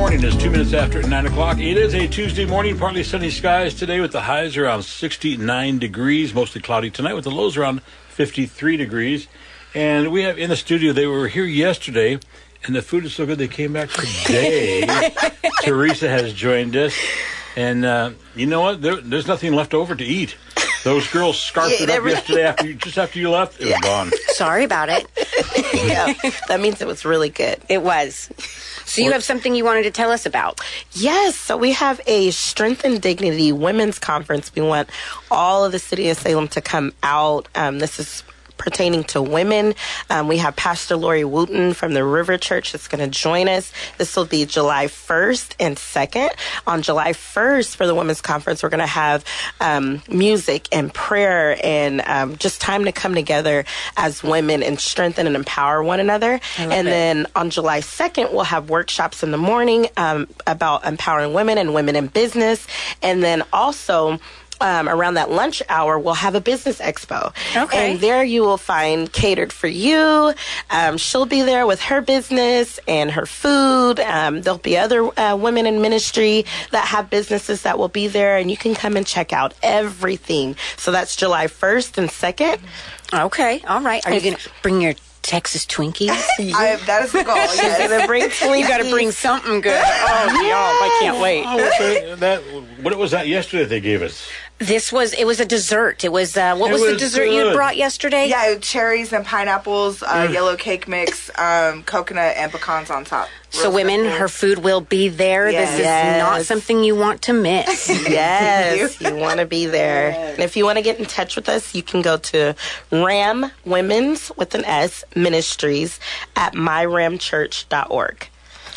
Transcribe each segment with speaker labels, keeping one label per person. Speaker 1: minutes after 9 o'clock. It is a Tuesday morning, partly sunny skies today with the highs around 69 degrees, mostly cloudy tonight with the lows around 53 degrees. And we have in the studio, they were here yesterday, and the food is so good they came back today. Teresa has joined us. And uh, you know what? There, there's nothing left over to eat. Those girls scarfed
Speaker 2: Yeah,
Speaker 1: it
Speaker 2: they
Speaker 1: up
Speaker 2: really-
Speaker 1: yesterday after you, just after you left. It was gone.
Speaker 2: Sorry about it. yeah, that means it was really good.
Speaker 3: It was. So you have something you wanted to tell us about.
Speaker 2: Yes, so we have a Strength and Dignity Women's Conference. We want all of the city of Salem to come out. Um, this is pertaining to women. Um, we have Pastor Lori Wooten from the River Church that's going to join us. This will be July 1st and 2nd. On July 1st for the Women's Conference, we're going to have um, music and prayer and um, just time to come together as women and strengthen and empower one another. And
Speaker 3: it.
Speaker 2: then and on July 2nd, we'll have workshops in the morning um, about empowering women and women in business. And then also, um, around that lunch hour, we'll have a business expo.
Speaker 3: Okay.
Speaker 2: And there you will find Catered for You. Um, she'll be there with her business and her food. Um, there'll be other uh, women in ministry that have businesses that will be there, and you can come and check out everything. So that's July 1st and 2nd.
Speaker 3: Okay. All right. Are you going to bring your Texas Twinkies?
Speaker 2: I, that is the goal. She's going to bring
Speaker 3: you got to bring something good. Oh, y'all, I can't wait.
Speaker 1: Oh, what, they, that, what was that yesterday they gave us?
Speaker 3: This was, it was a dessert. It was, uh, what
Speaker 1: It
Speaker 3: was, the
Speaker 1: was
Speaker 3: dessert
Speaker 1: good.
Speaker 3: you brought yesterday?
Speaker 4: Yeah, cherries and pineapples, uh, yellow cake mix, um, coconut and pecans on top.
Speaker 3: So women, her food will be there. This is
Speaker 2: Yes.
Speaker 3: not something you want to miss.
Speaker 2: Yes, you want to be there. And if you want to get in touch with us, you can go to Ram Women's with an S Ministries at myramchurch.org.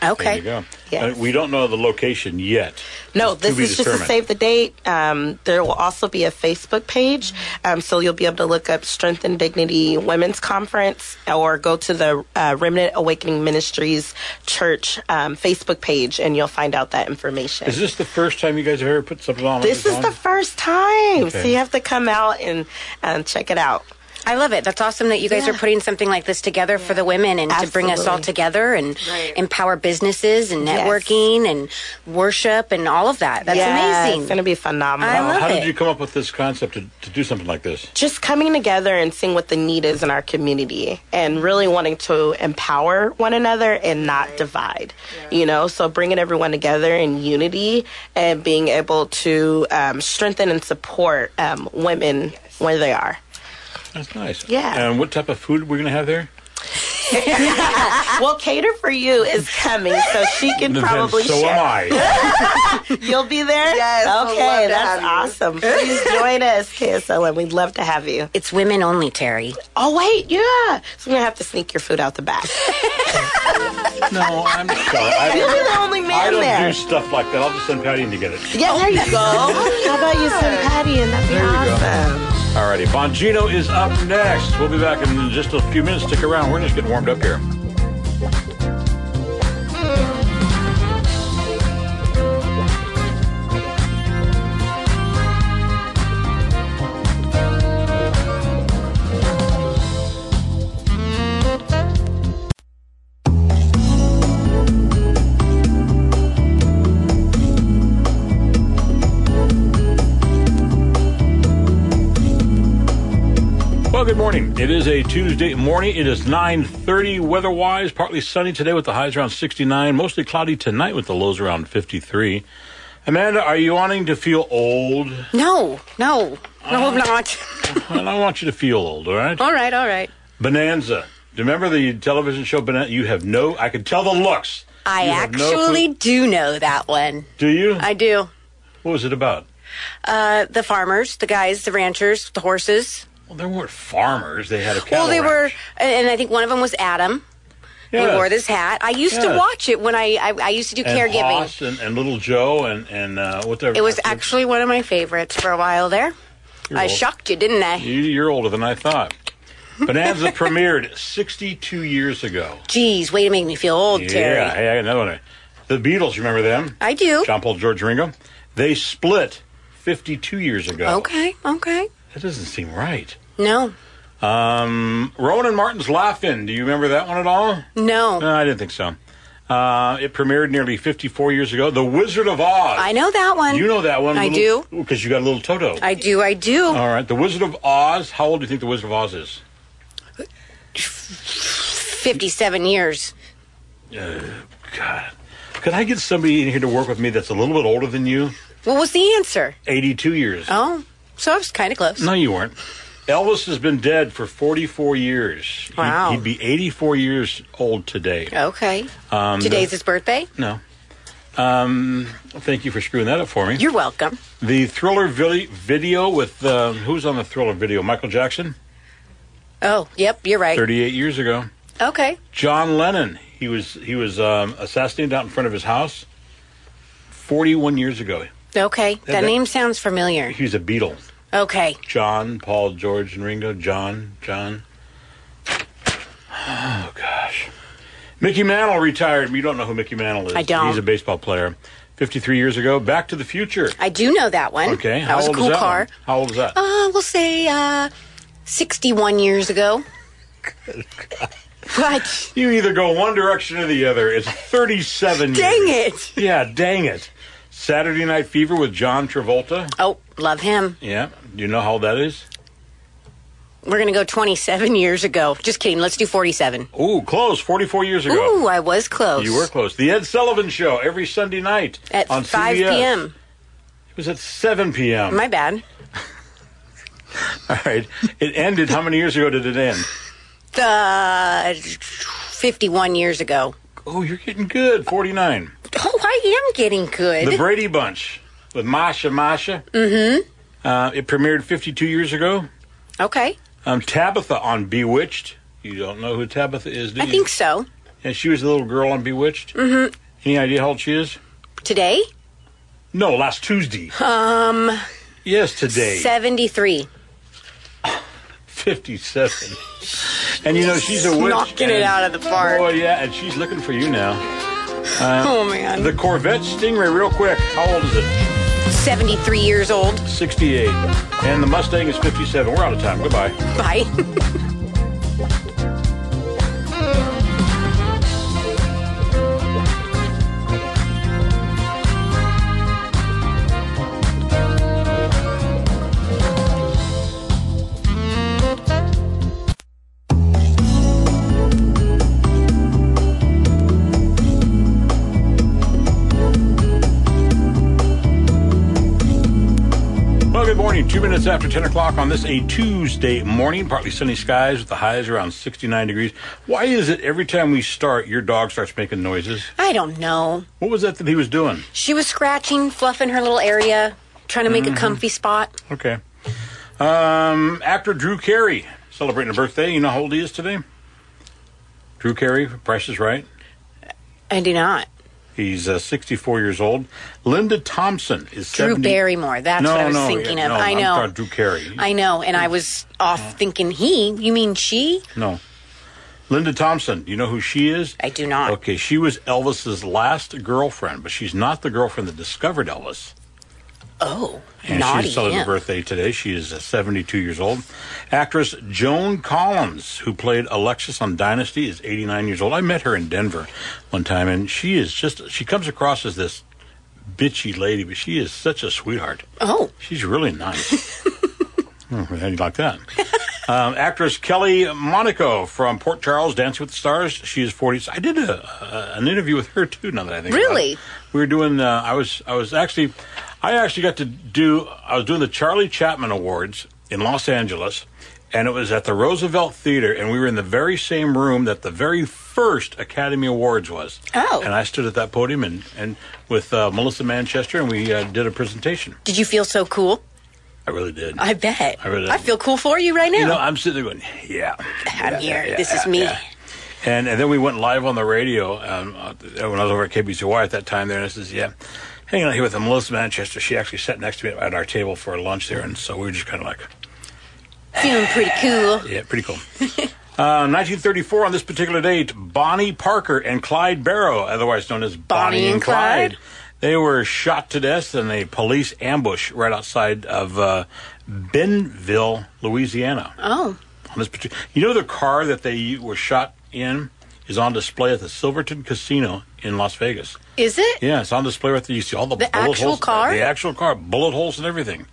Speaker 1: There
Speaker 3: Okay.
Speaker 1: you go.
Speaker 2: Yes.
Speaker 1: Uh, we don't know the location yet.
Speaker 2: No,
Speaker 1: It's to
Speaker 2: this
Speaker 1: be
Speaker 2: is just to
Speaker 1: determined.
Speaker 2: save the date. Um, there will also be a Facebook page, um, so you'll be able to look up Strength and Dignity Women's Conference or go to the uh, Remnant Awakening Ministries Church um, Facebook page, and you'll find out that information.
Speaker 1: Is this the first time you guys have ever put something on? like
Speaker 2: this is
Speaker 1: on?
Speaker 2: the first time, so
Speaker 1: Okay.
Speaker 2: you have to come out and, and check it out.
Speaker 3: I love it. That's awesome that you guys are putting something like this together for the women and to bring us all
Speaker 2: Absolutely.
Speaker 3: together and
Speaker 4: Right.
Speaker 3: empower businesses and
Speaker 2: Yes.
Speaker 3: networking and worship and all of that. That's
Speaker 2: Yeah,
Speaker 3: amazing.
Speaker 2: It's going to be phenomenal.
Speaker 3: I love
Speaker 1: How did
Speaker 3: it.
Speaker 1: you come up with this concept to, to do something like this?
Speaker 2: Just coming together and seeing what the need is in our community and really wanting to empower one another and not divide, you know? So bringing everyone together in unity and being able to um, strengthen and support um, women where they are.
Speaker 1: That's nice.
Speaker 2: Yeah.
Speaker 1: And what type of food we're gonna have there?
Speaker 2: Well, Cater for You is coming, so she can
Speaker 1: Then
Speaker 2: probably
Speaker 1: so
Speaker 2: share.
Speaker 1: am I.
Speaker 2: You'll be there?
Speaker 4: Yes, I'll love
Speaker 2: Okay,
Speaker 4: to
Speaker 2: that's
Speaker 4: have you.
Speaker 2: awesome. Please join us, KSLM. We'd love to have you.
Speaker 3: It's women only, Terry.
Speaker 2: Oh, wait, yeah. So I'm going to have to sneak your food out the back.
Speaker 1: no, I'm sorry. I,
Speaker 2: You'll be the only
Speaker 1: I
Speaker 2: man
Speaker 1: don't
Speaker 2: there.
Speaker 1: do stuff like that. I'll just send Patty in to get it.
Speaker 2: Yeah, there you go. How about you send Patty and that'd be awesome.
Speaker 1: Alrighty, Bongino is up next. We'll be back in just a few minutes. Stick around. We're just getting warmed up here. Well, good morning. It is a Tuesday morning. It is 9:30 weather-wise, partly sunny today with the highs around 69, mostly cloudy tonight with the lows around 53. Amanda, are you wanting to feel old?
Speaker 3: No, no, no, I'm not.
Speaker 1: Well, I want you to feel old, all right?
Speaker 3: all right, all right.
Speaker 1: Bonanza. Do you remember the television show Bonanza? You have no I could tell the looks.
Speaker 3: I
Speaker 1: You have no
Speaker 3: actually
Speaker 1: clue.
Speaker 3: do know that one.
Speaker 1: Do you?
Speaker 3: I do.
Speaker 1: what was it about?
Speaker 3: Uh, the farmers, the guys, the ranchers, the horses.
Speaker 1: Well, they weren't farmers. They had a cattle
Speaker 3: Well, they
Speaker 1: ranch.
Speaker 3: were, and I think one of them was Adam.
Speaker 1: Yes.
Speaker 3: He wore this hat. I used to
Speaker 1: Yes.
Speaker 3: watch it when I I, I used to do
Speaker 1: and
Speaker 3: caregiving.
Speaker 1: Hoss and, and little Joe and and uh, whatever.
Speaker 3: It was actually one of my favorites for a while there. I
Speaker 1: old.
Speaker 3: shocked you, didn't I?
Speaker 1: You, you're older than I thought. Bonanza premiered 62 years ago.
Speaker 3: Geez, way to make me feel old,
Speaker 1: Yeah,
Speaker 3: Oh, Terry. Oh.
Speaker 1: hey, I got another one. The Beatles, remember them?
Speaker 3: I do.
Speaker 1: John Paul, George, Ringo. They split 52 years ago.
Speaker 3: Okay, okay.
Speaker 1: That doesn't seem right.
Speaker 3: No,
Speaker 1: Um, Rowan and Martin's Laughing. Do you remember that one at all?
Speaker 3: no.
Speaker 1: No, I didn't think so. Uh, it premiered nearly 54 years ago. The Wizard of Oz.
Speaker 3: I know that one.
Speaker 1: You know that one.
Speaker 3: I do.
Speaker 1: Because you got a little Toto.
Speaker 3: I do. I do.
Speaker 1: All right. The Wizard of Oz. How old do you think The Wizard of Oz is?
Speaker 3: 57 years.
Speaker 1: Oh, God. Could I get somebody in here to work with me that's a little bit older than you?
Speaker 3: What was the answer?
Speaker 1: 82 years.
Speaker 3: Oh, so I was kind of close.
Speaker 1: No, you weren't. Elvis has been dead for 44 years. He-
Speaker 3: Wow.
Speaker 1: He'd be 84 years old today.
Speaker 3: Okay.
Speaker 1: Um,
Speaker 3: Today's his birthday.
Speaker 1: No. Um, thank you for screwing that up for me.
Speaker 3: You're welcome.
Speaker 1: the Thriller vi- video with um, who's on the Thriller video? Michael Jackson,
Speaker 3: Oh, yep, you're right.
Speaker 1: 38 years ago.
Speaker 3: Okay.
Speaker 1: John Lennon. He was he was um, assassinated out in front of his house. 41 years ago.
Speaker 3: Okay. That,
Speaker 1: that-
Speaker 3: name sounds familiar.
Speaker 1: He was a Beatle.
Speaker 3: Okay.
Speaker 1: John, Paul, George, and Ringo. John, John. Oh gosh. Mickey Mantle retired. You don't know who Mickey Mantle is.
Speaker 3: I don't.
Speaker 1: He's a baseball player. 53 years ago. Back to the Future.
Speaker 3: I do know that one.
Speaker 1: Okay.
Speaker 3: That
Speaker 1: How
Speaker 3: was
Speaker 1: old
Speaker 3: a cool
Speaker 1: is that
Speaker 3: car.
Speaker 1: one? How old is that?
Speaker 3: Uh, we'll say uh, 61 years ago. what?
Speaker 1: You either go one direction or the other. It's 37
Speaker 3: Dang
Speaker 1: years.
Speaker 3: it.
Speaker 1: Yeah, dang it. Saturday Night Fever with John Travolta.
Speaker 3: Oh, love him.
Speaker 1: Yeah. Do you know how old that is?
Speaker 3: We're going to go 27 years ago. Just kidding. Let's do 47.
Speaker 1: Ooh, close. 44 years ago.
Speaker 3: Ooh, I was close.
Speaker 1: You were close. The Ed Sullivan Show every Sunday night
Speaker 3: At
Speaker 1: on
Speaker 3: 5
Speaker 1: CBS.
Speaker 3: p.m.
Speaker 1: It was at 7 p.m.
Speaker 3: My bad.
Speaker 1: All right. It ended. How many years ago did it end?
Speaker 3: Uh, 51 years ago.
Speaker 1: Oh, you're getting good. 49.
Speaker 3: Oh, I am getting good.
Speaker 1: The Brady Bunch with Masha Masha. Mm
Speaker 3: Mm-hmm.
Speaker 1: hmm. Uh, it premiered 52 years ago.
Speaker 3: okay.
Speaker 1: Um, Tabitha on Bewitched. You don't know who Tabitha is, do
Speaker 3: I
Speaker 1: you?
Speaker 3: think so.
Speaker 1: And she was the little girl on Bewitched. Mm-hmm. Any idea how old she is?
Speaker 3: Today?
Speaker 1: No, last Tuesday.
Speaker 3: Um,
Speaker 1: yes, today.
Speaker 3: 73.
Speaker 1: 57. and you know, she's a witch.
Speaker 3: Knocking it
Speaker 1: and-
Speaker 3: out of the park.
Speaker 1: Oh, yeah, and she's looking for you now.
Speaker 3: oh, man.
Speaker 1: The Corvette Stingray, real quick. How old is it?
Speaker 3: 73 years old.
Speaker 1: 68. And the Mustang is 57. We're out of time. Goodbye.
Speaker 3: Bye.
Speaker 1: Well, good morning. Two minutes after 10 o'clock on this, a Tuesday morning, partly sunny skies with the highs around 69 degrees. Why is it every time we start, your dog starts making noises?
Speaker 3: I don't know.
Speaker 1: What was that that he was doing?
Speaker 3: She was scratching, fluffing her little area, trying to make
Speaker 1: Mm-hmm.
Speaker 3: a comfy spot.
Speaker 1: Okay. Um, actor Drew Carey celebrating a birthday. You know how old he is today? Drew Carey, Price is Right.
Speaker 3: I do not.
Speaker 1: He's uh, 64 years old. Linda Thompson is
Speaker 3: Drew
Speaker 1: 70
Speaker 3: Barrymore. That's
Speaker 1: no,
Speaker 3: what I was
Speaker 1: no,
Speaker 3: thinking
Speaker 1: yeah,
Speaker 3: of.
Speaker 1: no,
Speaker 3: I
Speaker 1: I'm
Speaker 3: know.
Speaker 1: talking Drew Carey.
Speaker 3: I know. And I was off thinking he. You mean she?
Speaker 1: no. Linda Thompson. You know who she is?
Speaker 3: I do not.
Speaker 1: Okay, she was Elvis's last girlfriend, but she's not the girlfriend that discovered Elvis.
Speaker 3: Oh,
Speaker 1: And
Speaker 3: naughty
Speaker 1: she's celebrating
Speaker 3: him.
Speaker 1: her birthday today. She is uh, 72 years old. Actress Joan Collins, who played Alexis on Dynasty, is 89 years old. I met her in Denver one time, and she is just, she comes across as this bitchy lady, but she is such a sweetheart.
Speaker 3: Oh,
Speaker 1: She's really nice. Hmm, How do you like that? Um, actress Kelly Monaco from Port Charles, Dancing with the Stars. She is 40. I did a, a, an interview with her too. Now that I think about it.
Speaker 3: Really?
Speaker 1: we were doing. Uh, I was. I was actually. I actually got to do. I was doing the Charlie Chapman Awards in Los Angeles, and it was at the Roosevelt Theater, and we were in the very same room that the very first Academy Awards was.
Speaker 3: Oh.
Speaker 1: And I stood at that podium and and with uh, Melissa Manchester, and we uh, did a presentation.
Speaker 3: did you feel so cool?
Speaker 1: I really did.
Speaker 3: I bet.
Speaker 1: I really-
Speaker 3: feel cool for you right now.
Speaker 1: You know, I'm sitting there going, yeah.
Speaker 3: I'm
Speaker 1: yeah,
Speaker 3: here.
Speaker 1: yeah,
Speaker 3: this
Speaker 1: yeah,
Speaker 3: is me.
Speaker 1: yeah. And, and then we went live on the radio um, uh, when I was over at KBCY at that time there. And I says, yeah, hanging out here with Melissa Manchester. She actually sat next to me at our table for lunch there. And so we were just kind of like,
Speaker 3: Feeling pretty cool.
Speaker 1: yeah, pretty cool. Uh, 1934, on this particular date, Bonnie Parker and Clyde Barrow, otherwise known as Bonnie,
Speaker 3: Bonnie
Speaker 1: and,
Speaker 3: and
Speaker 1: Clyde.
Speaker 3: Clyde.
Speaker 1: they were shot to death in a police ambush right outside of uh, Benville, Louisiana.
Speaker 3: Oh,
Speaker 1: on this particular. You know the car that they were shot in is on display at the Silverton Casino in Las Vegas.
Speaker 3: Is it?
Speaker 1: Yeah, it's on display right there. You see all the,
Speaker 3: The
Speaker 1: bullet
Speaker 3: actual
Speaker 1: holes.
Speaker 3: car?
Speaker 1: The actual car, bullet holes and everything.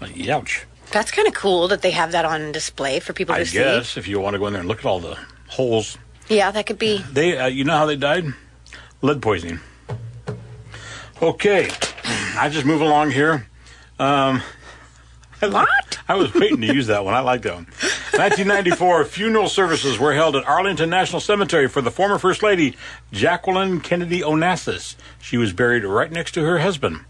Speaker 1: Like, ouch.
Speaker 3: That's kind of cool that they have that on display for people to
Speaker 1: I
Speaker 3: see.
Speaker 1: guess if you want to go in there and look at all the holes,
Speaker 3: Yeah, that could be.
Speaker 1: they uh, you know how they died? Lead poisoning. Okay, I just move along here. Um,
Speaker 3: What?
Speaker 1: I was waiting to use that one. I like that one. 1994 funeral services were held at Arlington National Cemetery for the former First Lady Jacqueline Kennedy Onassis. She was buried right next to her husband.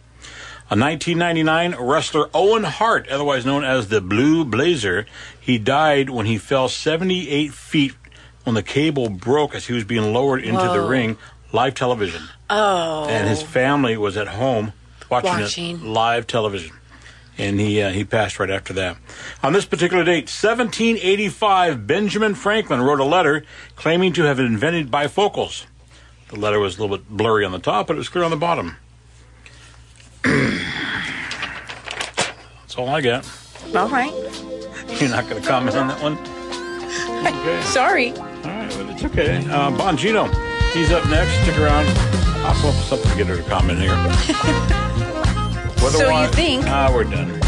Speaker 1: In 1999, wrestler Owen Hart, otherwise known as the Blue Blazer, he died when he fell 78 feet when the cable broke as he was being lowered into the
Speaker 3: Whoa.
Speaker 1: ring. Live television.
Speaker 3: Oh.
Speaker 1: And his family was at home watching, it
Speaker 3: Watching.
Speaker 1: live television. And he uh, he passed right after that. On this particular date, 1785, Benjamin Franklin wrote a letter claiming to have invented bifocals. The letter was a little bit blurry on the top, but it was clear on the bottom. That's all I got.
Speaker 3: All right.
Speaker 1: You're not going to comment on that one? Okay.
Speaker 3: Sorry.
Speaker 1: All right, well, it's okay. Uh, Bongino, he's up next. Stick around. I'll come up with something to get her to comment here.
Speaker 3: So you
Speaker 1: Weather-wise-
Speaker 3: think-
Speaker 1: Ah, we're done.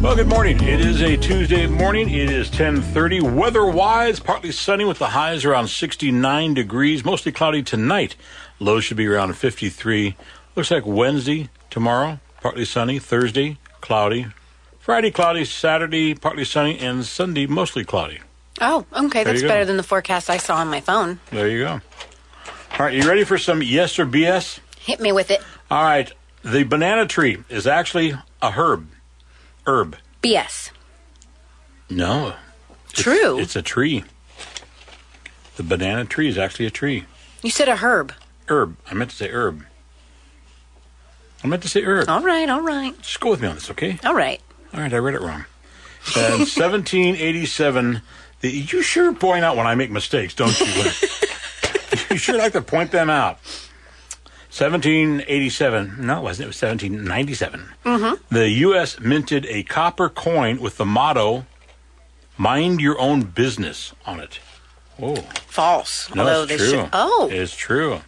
Speaker 1: Well, good morning. It is a Tuesday morning. It is 10:30. Weather-wise, partly sunny with the highs around 69 degrees. Mostly cloudy tonight. Lows should be around 53. Looks like Wednesday tomorrow, partly sunny. Thursday, cloudy. Friday, cloudy. Saturday, partly sunny, and Sunday, mostly cloudy.
Speaker 3: Oh, okay. That's
Speaker 1: you go.
Speaker 3: better than the forecast I saw on my phone.
Speaker 1: There you go. All right, you ready for some yes or BS?
Speaker 3: Hit me with it.
Speaker 1: All right, the banana tree is actually a herb. Herb.
Speaker 3: BS.
Speaker 1: No,
Speaker 3: True.
Speaker 1: It's a tree. The banana tree is actually a tree.
Speaker 3: you said a herb.
Speaker 1: Herb. I meant to say herb. I meant to say herb.
Speaker 3: All right. All right.
Speaker 1: Just go with me on this, okay?
Speaker 3: All right.
Speaker 1: All right, I read it wrong. And 1787. The, you sure point out when I make mistakes, don't you? you sure like to point them out. 1787. No, it wasn't. It was 1797. Mm-hmm. The U.S. minted a copper coin with the motto "Mind your own business" on it. Oh,
Speaker 3: False.
Speaker 1: no,
Speaker 3: Although
Speaker 1: it's
Speaker 3: they
Speaker 1: true.
Speaker 3: should. Oh,
Speaker 1: it's true.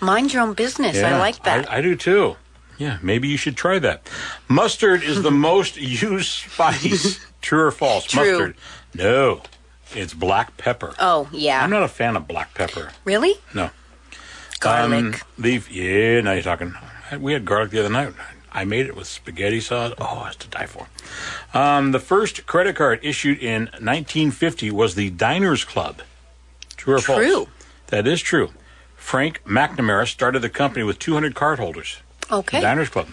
Speaker 3: mind your own business. I
Speaker 1: Yeah,
Speaker 3: like that.
Speaker 1: I, do too. Yeah, maybe you should try that. Mustard is the most used spice. True or false?
Speaker 3: True.
Speaker 1: Mustard. No, it's black pepper.
Speaker 3: oh, yeah.
Speaker 1: I'm not a fan of black pepper.
Speaker 3: really?
Speaker 1: No.
Speaker 3: Garlic.
Speaker 1: Um, leaf. Yeah, now you're talking. We had garlic the other night. I made it with spaghetti sauce. Oh, it's to die for. Um, the first credit card issued in 1950 was the Diners Club. True or false?
Speaker 3: True.
Speaker 1: That is true. Frank McNamara started the company with 200 cardholders.
Speaker 3: okay.
Speaker 1: Diners Club.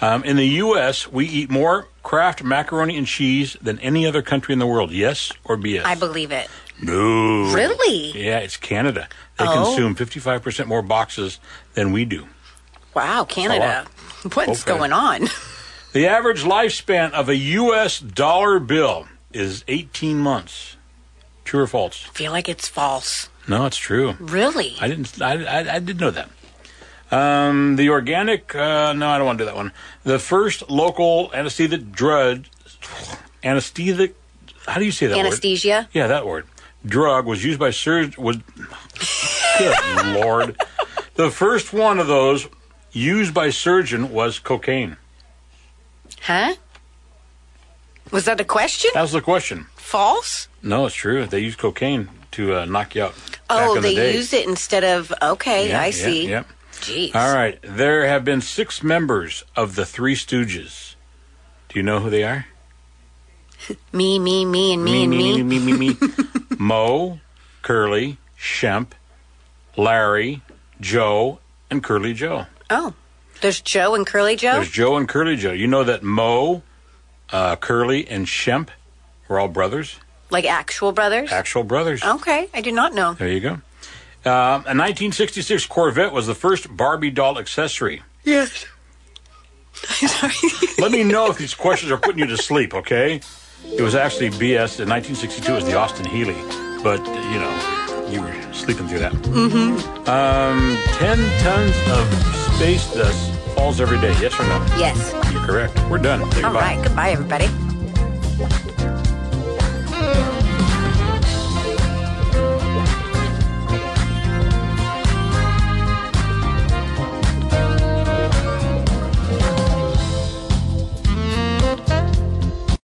Speaker 1: Um, in the U.S., we eat more Kraft macaroni and cheese than any other country in the world. Yes or BS?
Speaker 3: I believe it.
Speaker 1: no.
Speaker 3: Really?
Speaker 1: Yeah, it's Canada. They
Speaker 3: Oh.
Speaker 1: consume 55% more boxes than we do.
Speaker 3: Wow, Canada. What's
Speaker 1: Okay.
Speaker 3: going on?
Speaker 1: The average lifespan of a U.S. dollar bill is 18 months. True or false?
Speaker 3: feel like it's false.
Speaker 1: No, it's true.
Speaker 3: Really?
Speaker 1: I didn't. I, I, I did know that. Um, the organic. Uh, no, I don't want to do that one. The first local anesthetic drug. Anesthetic. How do you say that word?
Speaker 3: Anesthesia?
Speaker 1: Yeah, that word. Drug was used by surgeons. Was good lord. The first one of those used by surgeon was cocaine.
Speaker 3: Huh? Was that a question?
Speaker 1: That was the question.
Speaker 3: false?
Speaker 1: No, it's true. They used cocaine to uh, knock you out. back
Speaker 3: Oh,
Speaker 1: in
Speaker 3: they
Speaker 1: the day.
Speaker 3: use it instead of okay,
Speaker 1: Yeah,
Speaker 3: I
Speaker 1: yeah,
Speaker 3: see.
Speaker 1: yeah.
Speaker 3: Jeez.
Speaker 1: All right. There have been six members of the Three Stooges. Do you know who they are?
Speaker 3: Me, me, me, and me, and
Speaker 1: me,
Speaker 3: me.
Speaker 1: me, me, me. me. Mo, Curly, Shemp, Larry, Joe, and Curly Joe.
Speaker 3: Oh. There's Joe and Curly Joe?
Speaker 1: There's Joe and Curly Joe. You know that Mo, uh, Curly, and Shemp were all brothers,
Speaker 3: like actual brothers?
Speaker 1: actual brothers.
Speaker 3: okay, I did not know.
Speaker 1: There you go. Uh, a 1966 Corvette was the first Barbie doll accessory.
Speaker 3: Yes. Sorry.
Speaker 1: Let me know if these questions are putting you to sleep, okay? It was actually BS. In 1962, it was the Austin Healy. But, you know, you were sleeping through that. Mm-hmm. Um, 10 tons of space dust falls every day. Yes or no?
Speaker 3: Yes.
Speaker 1: You're correct. We're done. Say
Speaker 3: All
Speaker 1: goodbye.
Speaker 3: right. Goodbye, everybody.